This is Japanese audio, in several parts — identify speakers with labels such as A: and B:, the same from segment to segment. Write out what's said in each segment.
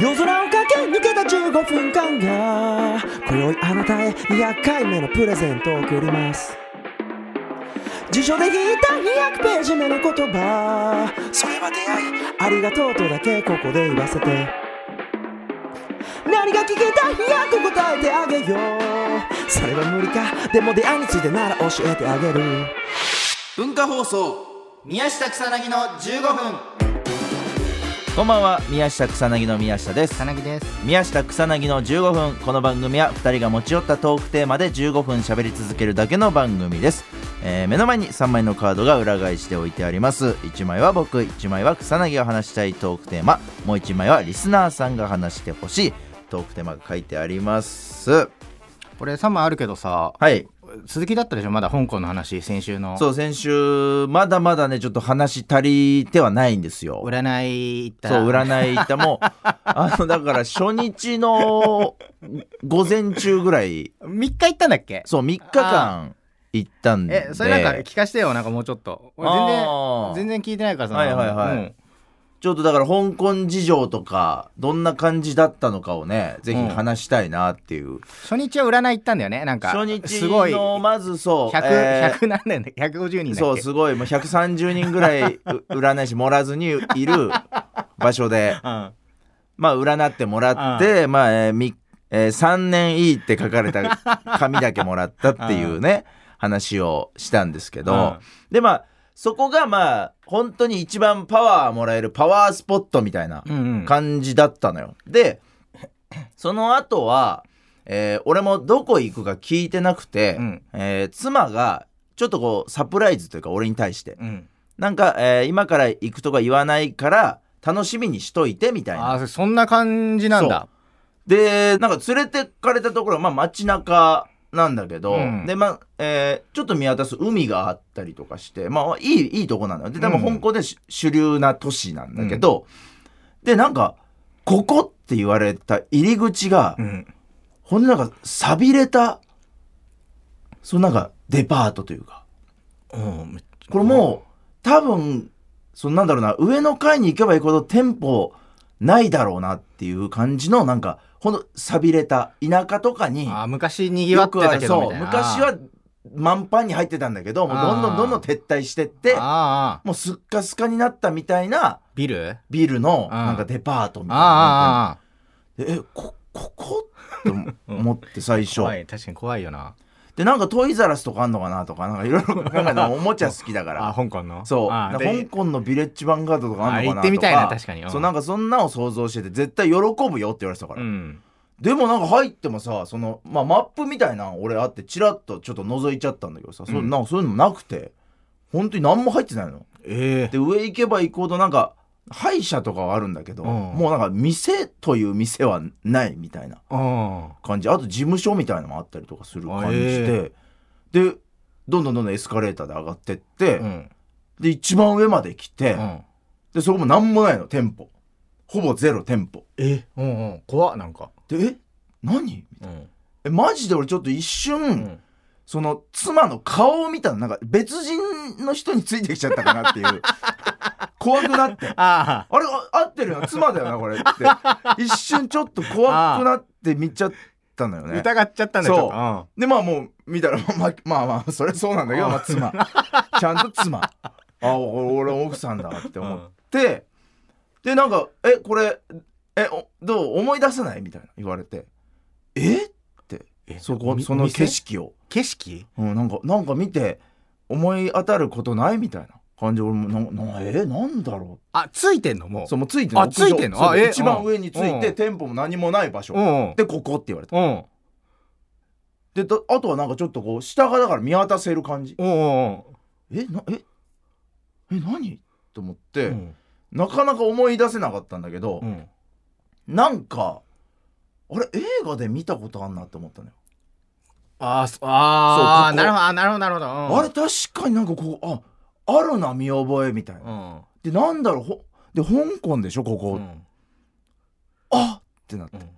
A: 夜空を駆け抜けた15分間が今宵あなたへ200回目のプレゼントを送ります辞書で引いた200ページ目の言葉それは出会いありがとうとだけここで言わせて何が聞きたい200答えてあげようそれは無理かでも出会いについてなら教えてあげる
B: 文化放送宮下草薙の15分
C: こんばんは宮下草薙の宮下です
D: なぎです
C: 宮下草薙の15分この番組は2人が持ち寄ったトークテーマで15分喋り続けるだけの番組です、えー目の前に3枚のカードが裏返して置いてあります1枚は僕1枚は草薙が話したいトークテーマもう1枚はリスナーさんが話してほしいトークテーマが書いてあります
D: これ3枚あるけどさ、
C: はい
D: 続きだったでしょまだ香港の話先週の
C: そう先週まだまだねちょっと話足りてはないんですよ
D: 占い行ったら
C: そう占い行ったもう あのだから初日の午前中ぐらい
D: 3日行ったんだっけ
C: そう3日間行ったんで
D: えそれなんか聞かしてよなんかもうちょっと俺
C: あ
D: 全
C: ー
D: 然全然聞いてないからさ
C: はいはいはい
D: うん
C: ちょっとだから香港事情とかどんな感じだったのかをねぜひ話したいなっていう、
D: 初日は占い行ったんだよねなんか
C: 初日
D: すごい
C: の
D: 100
C: まずそうえー
D: 100何年だ150人
C: そ
D: だっ
C: う
D: け
C: すごいもう130人ぐらいう占い師もらずにいる場所で
D: うん
C: まあ占ってもらって、まあ、えーみえー3年いいって書かれ た紙だけもらったっていうね、話をしたんですけど、
D: うん
C: でまあそこがまあ本当に一番パワーもらえるパワースポットみたいな
D: うんうん
C: 感じだったのよ。でその後は、えー俺もどこ行くか聞いてなくて、
D: うん
C: えー妻がちょっとこうサプライズというか俺に対して
D: うん
C: なんか、えー今から行くとか言わないから楽しみにしといてみたいな
D: あーそんな感じなんだ
C: でなんか連れてかれたところはまあ街中なんだけど、
D: うん
C: でまあ、えーちょっと見渡す海があったりとかしてまあいいいいとこなのよで多分
D: うん
C: 香港でし、主流な都市なんだけど、でなんかここって言われた入り口が、
D: うん
C: ほんでなんか寂れたそうなんかデパートというか
D: うん
C: これもう多分そのなんだろうな上の階に行けば行くほど店舗ないだろうなっていう感じのなんかほんと寂れた田舎とかに
D: あー昔にぎわ
C: よ
D: って
C: くあ
D: た
C: る
D: け
C: そ
D: どみ
C: う
D: たいな
C: 昔は満帆に入ってたんだけどもう
D: あー
C: どんどんどんどん撤退してって
D: あーあ
C: もうすっかすかになったみたいな
D: ービル
C: ビルの
D: ん
C: なんかデパートみたいな
D: あーあーあ
C: でえこここって 思って最
D: ー
C: 初
D: 怖い確かに怖いよな
C: でなんかトイザラスとかあんのかなとかなんかいろいろ考え たらおもちゃ好きだから
D: あ香港の
C: そう
D: あ
C: だから香
D: で
C: 港のビレッジヴァンガードとかあんのかなとか
D: あ行ってみたいな確かにうん
C: そうなんかそんなを想像してて絶対喜ぶよって言われてたから、
D: うん
C: でもなんか入ってもさその、まあ、マップみたいなの俺あってチラッとちょっと覗いちゃったんだけどさ、そう
D: うん
C: なんかそういうのもなくて本当に何も入ってないの
D: ええ
C: で上行けば行くほどなんか歯医者とかはあるんだけど、
D: うん
C: もうなんか店という店はないみたいな
D: うん
C: 感じあと事務所みたいなのもあったりとかする感じで、でどんどんどんどんエスカレーターで上がってって、
D: うん
C: で一番上まで来て、
D: うん
C: でそこも何もないの店舗ほぼゼロ店舗
D: えうんうん怖っなんか
C: でえ何
D: うん
C: えマジで俺ちょっと一瞬、
D: うん
C: その妻の顔を見たのなんか別人の人についてきちゃったかなっていう 怖くなって
D: あ
C: あれあ合ってるよな妻だよなこれって一瞬ちょっと怖くなって見ちゃったのよ
D: あ
C: ね
D: 疑っちゃったんだ
C: そう
D: ちょっとうん
C: でまあもう見たらまあまあまあ、まあ、それそうなんだけど、まあ、妻ちゃんと妻あお俺奥さんだって思って、でなんか「えこれえおどう思い出せない?」みたいな言われて「えっ?」て
D: え
C: そ
D: お
C: こ
D: み
C: その
D: お店
C: 景色を、
D: 景色
C: うん、なんかなんか見て思い当たることないみたいな感じ俺もななえなんだろ
D: あついてんのも
C: う
D: う
C: そうもうついてる
D: あついてんのあ
C: そう
D: え
C: 一番上について
D: うん
C: 店舗も何もない場所
D: うん
C: でここって言われた
D: うんうん
C: でだあとはなんかちょっとこう下がだから見渡せる感じ
D: うん
C: えなええ何と思って、
D: うん
C: なかなか思い出せなかったんだけど
D: う、ん
C: なんかあれ映画で見たことあんなって思ったのよ、
D: あーそ
C: そうここ
D: あーなるほどあなるほどなるほどうん
C: あれ確かになんかこうああるな見覚えみたいな、
D: うん
C: でなんだろうほで香港でしょここ、
D: うん
C: あってなって、
D: うん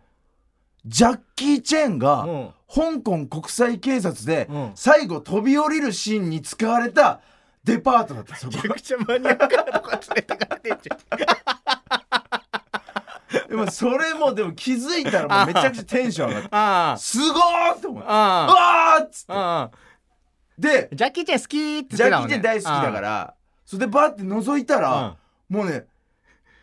C: ジャッキー・チェンが、
D: うん
C: 香港国際警察で
D: うん
C: 最後飛び降りるシーンに使われたデパートだった そこ
D: めちゃくちゃマニアックなとこ連れてかれてんじゃ
C: で
D: ん
C: もそれもでも気づいたらもうめちゃくちゃテンション上がって
D: あ
C: すごーって思ってう
D: あ
C: わーっつって
D: あ
C: で
D: ジャッキーちゃん好きって
C: ジャッキーちゃん大好きだかららそれでバーって覗いたらもうね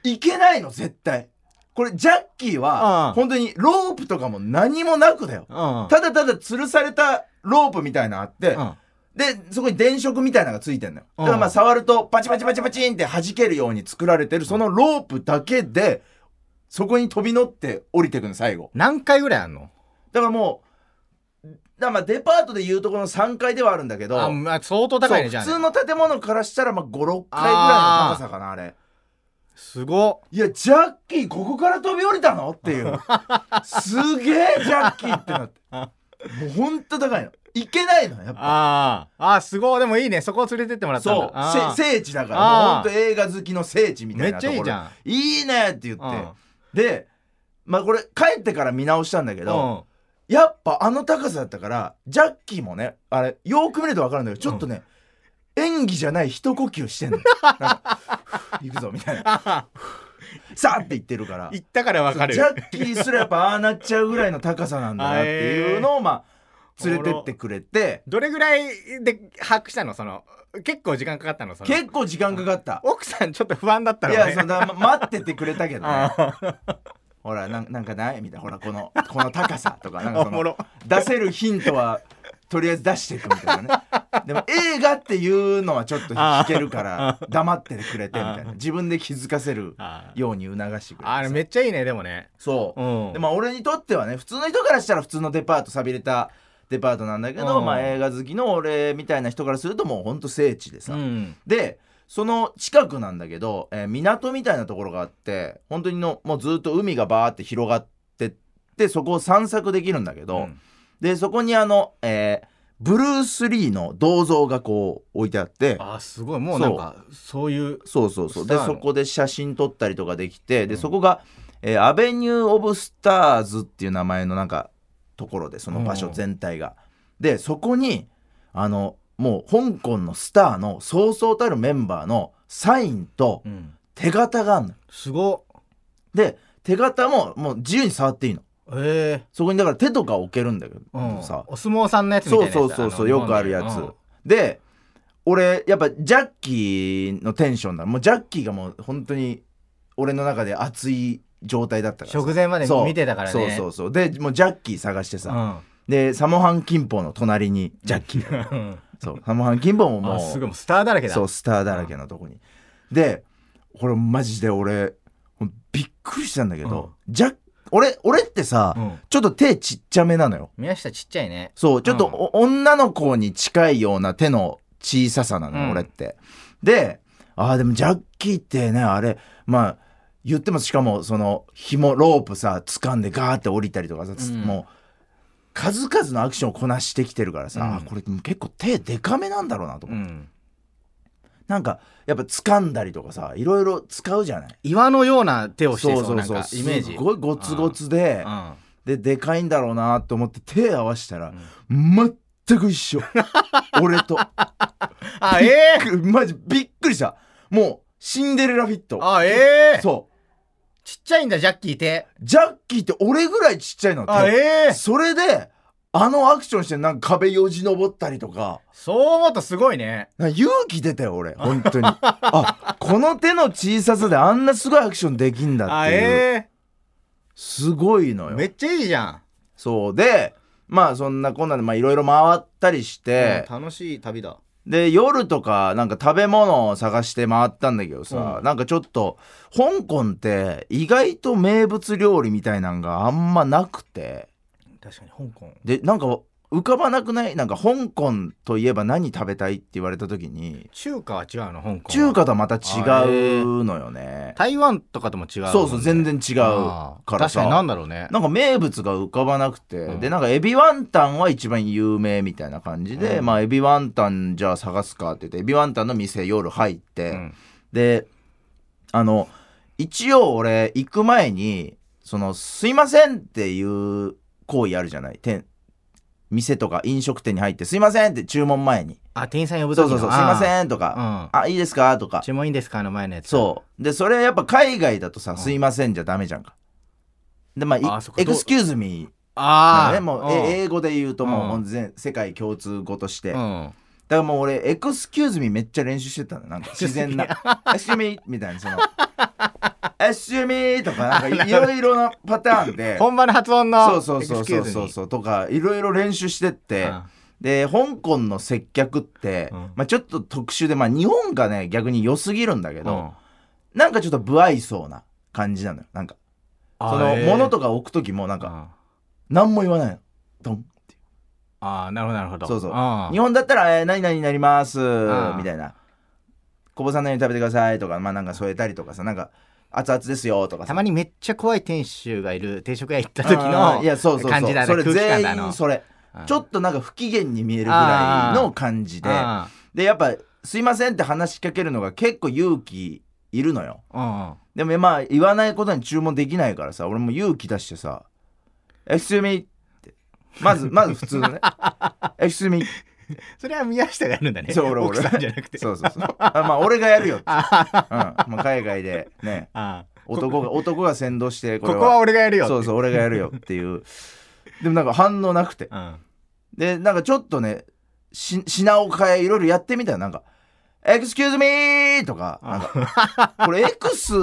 C: いけないの絶対これジャッキー
D: う
C: は
D: ん
C: 本当にロープとかも何もなくだよ
D: うん
C: ただただ吊るされたロープみたいなのあって
D: うん
C: でそこに電飾みたいなのがついてんのよ
D: う
C: だ
D: ん
C: からまあ触るとパチパチパチパチンって弾けるように作られてるそのロープだけでそこに飛び乗って降りてくの最後
D: 何回ぐらいあんの
C: だからもうだからまあデパートでいうところの3階ではあるんだけど
D: あ、まあ、相当高いねじゃあ
C: そう普
D: ね
C: 通の建物からしたらまあ56階ぐらいの高さかなあれ
D: すご
C: いやジャッキーここから飛び降りたのっていうすげえジャッキーってなってもうほんと高いのいけないのやっぱ
D: ああああすごいでもいいねそこを連れてってもらったん
C: そ
D: だああ
C: うせ聖地だからもう
D: あ
C: ほ
D: ー
C: んと映画好きの聖地みたいなところ
D: めっちゃいいじゃん
C: いいねって言ってでまあこれ帰ってから見直したんだけ
D: う
C: ど、
D: ん
C: やっぱあの高さだったからジャッキーもねあれよーく見ると分かるんだけどちょっとね、演技じゃない一呼吸してんのなんか ふう行くぞみたいな
D: ああ
C: さあって言ってるから
D: 行ったからわかる
C: ジャッキーすらやっぱああなっちゃうぐらいの高さなんだなっていうのをま あ連れてってくれて
D: どれぐらいで把握したのその結構時間かかったのその
C: 結構時間かかった
D: 奥さんちょっと不安だった
C: い
D: のね
C: やそんなま待っててくれたけどね
D: あ
C: ほらなんなんかないみたいなほらこのこの高さとかなん
D: あ
C: か
D: お
C: そ
D: も
C: の
D: ろ
C: 出せるヒントはとりあえず出していくみたいなねでも映画っていうのはちょっと弾けるから黙っててくれてみたいな自分で気づかせる
D: あ
C: ように促してくれて
D: あれめっちゃいいねでもね
C: そう、
D: うん
C: でまあ俺にとってはね普通の人からしたら普通のデパート寂れたデパートなんだけど、
D: うん
C: まあ映画好きの俺みたいな人からするともうほんと聖地でさ、
D: ん
C: でその近くなんだけど、えー港みたいなところがあって本当にのもうずっと海がバーって広がってってそこを散策できるんだけど、
D: うん
C: でそこにあの、えーブルース・リーの銅像がこう置いてあって
D: あすごいもうなんかそういう
C: そうそうそうで
D: スターの
C: そこで写真撮ったりとかできてでそこが、えーアベニュー・オブ・スターズっていう名前のなんかところでその場所
D: うん
C: 全体が。でそこにあのもう香港のスターのそうそうたるメンバーのサインと
D: ん
C: 手形があるの。
D: すご
C: で手形ももう自由に触っていいの。
D: っえ
C: そこにだから手とか置けるんだけ
D: え
C: どさ、
D: お相撲さんのやつみたい
C: そ
D: な
C: う
D: やつ
C: そうそうそう
D: の
C: よくあるやつ、
D: うん
C: で俺やっぱジャッキーのテンションだもうジャッキーがもう本当に俺の中で熱い状態だったからさ
D: 直前まで
C: そう
D: 見てたからね
C: そうそううそうでもうジャッキー探して
D: そ
C: さ、
D: うん
C: でサモハンキンポの隣にジャッキー、
D: うん
C: そうサモハンキンポもも
D: あ
C: う
D: すごいもうスターだらけだ
C: そうスターだらけのとこに、でこれマジで俺ほんびっくりしたんだけど、ジャッ俺俺ってさ、
D: うん
C: ちょっと手ちっちゃめなのよ
D: 宮下ちっちゃいね
C: そう、ちょっとお、女の子に近いような手の小ささなの、
D: うん
C: 俺って。で、ああ、でもジャッキーってね、あれ、まあ、言ってもしかも、その、紐、ロープさ、掴んでガーって降りたりとかさ、つ
D: うん
C: もう、数々のアクションをこなしてきてるからさ、
D: うん
C: あーこれ結構手デカめなんだろうなと思
D: う
C: って、
D: ん
C: なんか、やっぱ掴んだりとかさ、いろいろ使うじゃない
D: 岩のような手をしてそうなんか
C: す
D: イメージ
C: ごいゴツゴツで、
D: うん
C: ででかいんだろうなと思って手合わせたら、全く一 緒俺と
D: あええ
C: く マジびっくりしたもうシンデレラフィット
D: あええ
C: そう
D: ちっちゃいんだジャッキー手
C: ジャッキーって俺ぐらいちっちゃいの
D: あ
C: 手
D: ええ
C: それであのアクションしてなんか壁よじ登ったりとか
D: そう思うとすごいね
C: なんか勇気出たよ俺本当 にあこの手の小ささであんなすごいアクションできんだっ
D: あ
C: ていう
D: え
C: すごい
D: え
C: のよ
D: めっちゃいいじゃん
C: そうでまあそんなこんなでまあいろいろ回ったりして、
D: うん楽しい旅だ
C: で夜とかなんか食べ物を探して回ったんだけどさ、
D: うん
C: なんかちょっと香港って意外と名物料理みたいなんがあんまなくて
D: 確かに香港
C: でなんか浮かばなくないなんか香港といえば何食べたいって言われた時に
D: 中華は違うの香港
C: 中
D: 華
C: 華とはまた違うのよね
D: 台湾とかとも違うもんね
C: そうそう全然違う
D: あー
C: から
D: 確かにな
C: さ
D: んだろうね
C: なんか名物が浮かばなくて、
D: うん
C: でなんかエビワンタンは一番有名みたいな感じで、
D: うん
C: まあエビワンタンじゃあ探すかって言ってエビワンタンの店夜入って、
D: うん
C: であの一応俺行く前にその「すいません」っていう行為あるじゃない店店とか飲食店に入って「すいません」って注文前に
D: あ店員さん
C: 「
D: 呼ぶ
C: そ
D: と
C: う
D: き
C: そうそうすいま
D: ん
C: せん」と
D: う
C: か
D: ん
C: 「あいいですか?」とか
D: 注文いいですかの前のやつう
C: そうでそれやっぱ海外だとさ「すいません」じゃダメじゃんかでまあ
D: あ
C: い
D: そっか
C: エ
D: ど
C: ク
D: う
C: スキューズミー
D: ああ、
C: ねもうえ英語で言うともう
D: うん
C: ほんと全世界共通語として、
D: う
C: だか
D: ん、
C: らもう俺エクスキューズミーめっちゃ練習してたのなんか自然な 「エスュミー」みたいなその「エスュミー」とかなんかいろいろなパターンで
D: 本場の発
C: そ
D: 音の
C: うそうそうそう
D: excuse
C: そう
D: に
C: そうとかいろいろ練習してって、
D: うん
C: で香港の接客って、
D: うん
C: まあ、ちょっと特殊で、まあ、日本がね逆に良すぎるんだけ
D: う
C: ど、
D: ん
C: なんかちょっと不愛想な感じなのよなんかその物とか置く時もなん
D: か、う
C: か
D: ん
C: 何も言わないのドン
D: ああなるほどなるほど
C: そうそう
D: あ
C: 日本だったら「えー何々になります」
D: ん
C: みたいな「こぼさないように食べてください」とかまあなんか添えたりとかさなんか「熱々ですよ」とか
D: た
C: さ
D: まにめっちゃ怖い店主がいる定食屋行った時
C: あー
D: の
C: いやそうそうそう
D: 感じだね
C: それ
D: 空気感だ
C: 全員
D: の
C: それ
D: うん
C: ちょっとなんか不機嫌に見えるぐらいの感じで
D: あ
C: でやっぱ「すいません」って話しかけるのが結構勇気いるのよ
D: ーうん
C: でもまあ言わないことに注文できないからさ俺も勇気出してさ「エクスミー」ってまずまず普通のね「エクスミー
D: それは宮下がやるんだね
C: そう俺
D: 奥さんじゃなく」て
C: そうそうそうあまあ俺がやるよっ て、うんまあ、海外でね
D: あー
C: 男が男が先導してこ
D: こ
C: れ
D: こは俺がやるよ
C: そうそう俺がやるよっていうでもなんか反応なくて
D: うん
C: でなんかちょっとねし品を変えいろいろやってみたらなんか「エクスキューズミー!」とかなんかこれ X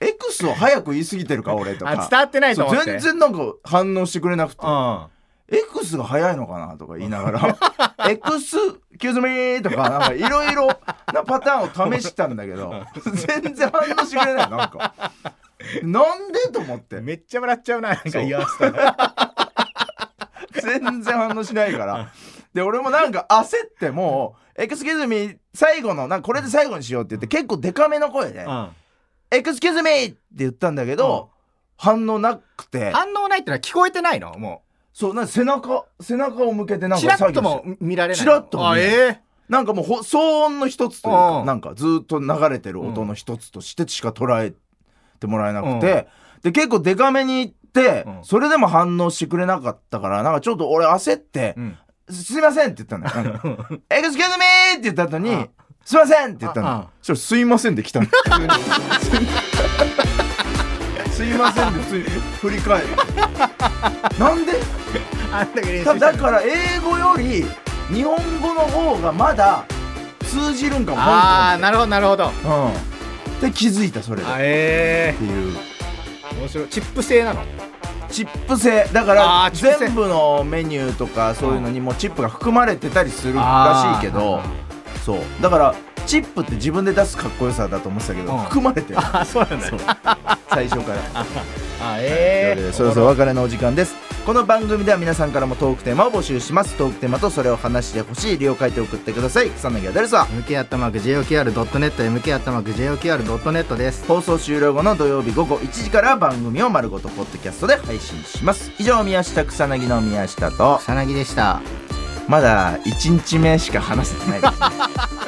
C: X を早く言い過ぎてるか俺と
D: あ
C: か
D: 伝わってないと思
C: そ
D: っ
C: う
D: て
C: 全然なんか反応してくれなくて
D: うん
C: 「X が早いのかな?」とか言いながら「X キューズミー!」とかなんかいろいろなパターンを試したんだけど全然反応してくれないなんかなんでと思って
D: めっちゃ笑っちゃうななんか
C: そう
D: 言わせたら
C: 全然反応しないからで俺もなんか焦ってもう「エクスキューズミー最後のなんかこれで最後にしよう」って言って結構デカめの声で
D: うん
C: 「エクスキューズミー!」って言ったんだけど反応なくて
D: 反応ないってのは聞こえてないのも
C: そうなんか背中背中を向けて
D: う
C: なん
D: チ
C: か
D: ラ
C: 作
D: ッ
C: 業
D: と
C: して
D: も見られない
C: チラッとも
D: あ
C: 見
D: え
C: えない
D: え
C: なんかもうほ騒音の一つというか
D: うん
C: なんかずーっと流れてる音の一つとしてしか捉えてもらえなくて、で結構デカめに行って、
D: うん
C: それでも反応してくれなかったからなんかちょっと俺焦って
D: うん
C: 「すいません」って言ったのよ なんか「エクスキューズミー!」って言った後に
D: うん
C: 「すいません!」って言った
D: うんうん
C: のそしたら「すいません」で来たの普 通にすいませんで普通に振り返るなんで
D: あんだけ練習
C: た
D: し
C: だだ
D: たの
C: から英語より日本語の方がまだ通じるんかも
D: ああなるほどなるほど
C: 本当にうんで気づいたそれでっ
D: あえ
C: ていう
D: え面白いチップ製なの
C: チップ制だか
D: あ
C: ら
D: ーチップ制
C: 全部のメニューとかそういうのにもチップが含まれてたりするらしいけど
D: あ
C: そうだからチップって自分で出すかっこよさだと思ってたけど
D: うん
C: 含まれてる
D: あそうなん だ
C: 最初から
D: あ
C: という
D: え
C: こと
D: え
C: でそろそろお別れのお時間ですこの番組では皆さんからもトークテーマを募集しますトークテーマとそれを話してほしい理由を書いて送ってください草薙は誰さ
D: MK アットマーク JOQR.net MK アットマーク JOQR.net です
C: 放送終了後の土曜日午後1時から番組を丸ごとポッドキャストで配信します以上宮下草薙の宮下と
D: 草薙でした
C: まだ1日目しか話せてないですね